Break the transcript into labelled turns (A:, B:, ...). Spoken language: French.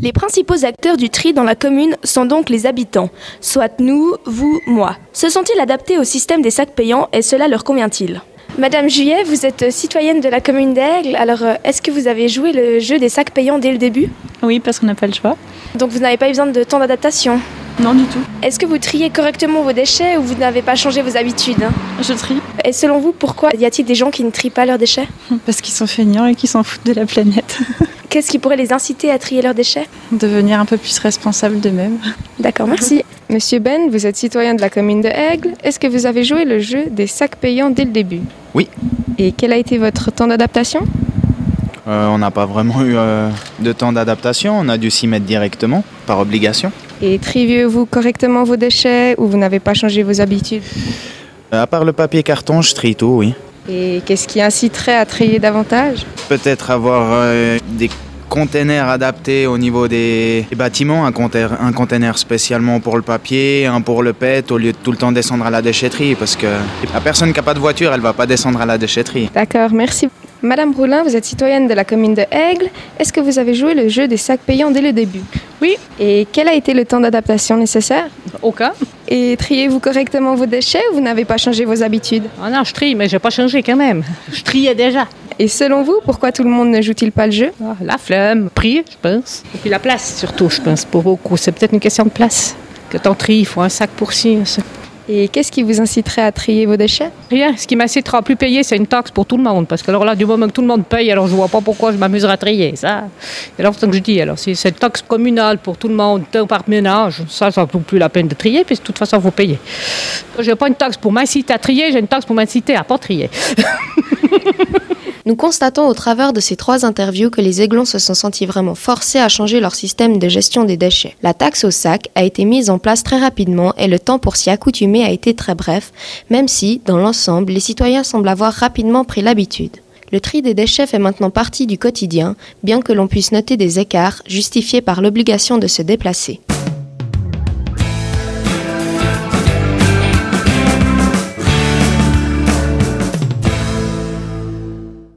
A: Les principaux acteurs du tri dans la commune sont donc les habitants, soit nous, vous, moi. Se sont-ils adaptés au système des sacs payants et cela leur convient-il Madame Juillet, vous êtes citoyenne de la commune d'Aigle, alors euh, est-ce que vous avez joué le jeu des sacs payants dès le début
B: Oui, parce qu'on n'a pas le choix.
A: Donc vous n'avez pas eu besoin de temps d'adaptation
B: Non, du tout.
A: Est-ce que vous triez correctement vos déchets ou vous n'avez pas changé vos habitudes
B: Je trie
A: Et selon vous, pourquoi y a-t-il des gens qui ne trient pas leurs déchets
B: parce qu'ils sont feignants et qu'ils s'en foutent de la planète.
A: Qu'est-ce qui pourrait les inciter à trier leurs déchets
B: Devenir un peu plus responsable d'eux-mêmes.
A: D'accord, merci.
C: Monsieur Ben, vous êtes citoyen de la commune de Aigle. Est-ce que vous avez joué le jeu des sacs payants dès le début
D: Oui.
C: Et quel a été votre temps d'adaptation
D: Euh, on n'a pas vraiment eu euh, de temps d'adaptation, on a dû s'y mettre directement, par obligation.
C: Et triez-vous correctement vos déchets ou vous n'avez pas changé vos habitudes
D: Euh, à part le papier carton, je trie tout, oui.
C: Et qu'est-ce qui inciterait à trier davantage
D: Peut-être avoir euh, des containers adaptés au niveau des des bâtiments, un container, un container spécialement pour le papier, un pour le PET, au lieu de tout le temps descendre à la déchetterie, parce que la personne qui n'a pas de voiture, elle va pas descendre à la déchetterie.
C: D'accord, merci. Madame Roulin, vous êtes citoyenne de la commune de Aigle. Est-ce que vous avez joué le jeu des sacs payants dès le début
B: Oui.
C: Et quel a été le temps d'adaptation nécessaire
E: Au cas.
C: Et triez-vous correctement vos déchets ou vous n'avez pas changé vos habitudes
E: Ah non, je trie, mais j'ai pas changé quand même. Je triais déjà.
C: Et selon vous, pourquoi tout le monde ne joue-t-il pas le jeu
E: Ah, la flemme, prix, je pense. Et puis la place, surtout, je pense, pour beaucoup. C'est peut-être une question de place. Que t'en tries, il faut un sac pour ci, un sac.
C: Et qu'est-ce qui vous inciterait à trier vos déchets
E: Rien, ce qui m'incitera à plus payer, c'est une taxe pour tout le monde. Parce que alors là, du moment que tout le monde paye, alors je vois pas pourquoi je m'amuserais à trier, ça. Et alors, c'est ce que je dis, alors, si c'est une taxe communale pour tout le monde, tant par ménage, ça, ça vaut plus la peine de trier, puis de toute façon, il faut payer. J'ai pas une taxe pour m'inciter à trier, j'ai une taxe pour m'inciter à pas trier.
F: Nous constatons au travers de ces trois interviews que les aiglons se sont sentis vraiment forcés à changer leur système de gestion des déchets. La taxe au sac a été mise en place très rapidement et le temps pour s'y accoutumer a été très bref, même si, dans l'ensemble, les citoyens semblent avoir rapidement pris l'habitude. Le tri des déchets fait maintenant partie du quotidien, bien que l'on puisse noter des écarts justifiés par l'obligation de se déplacer.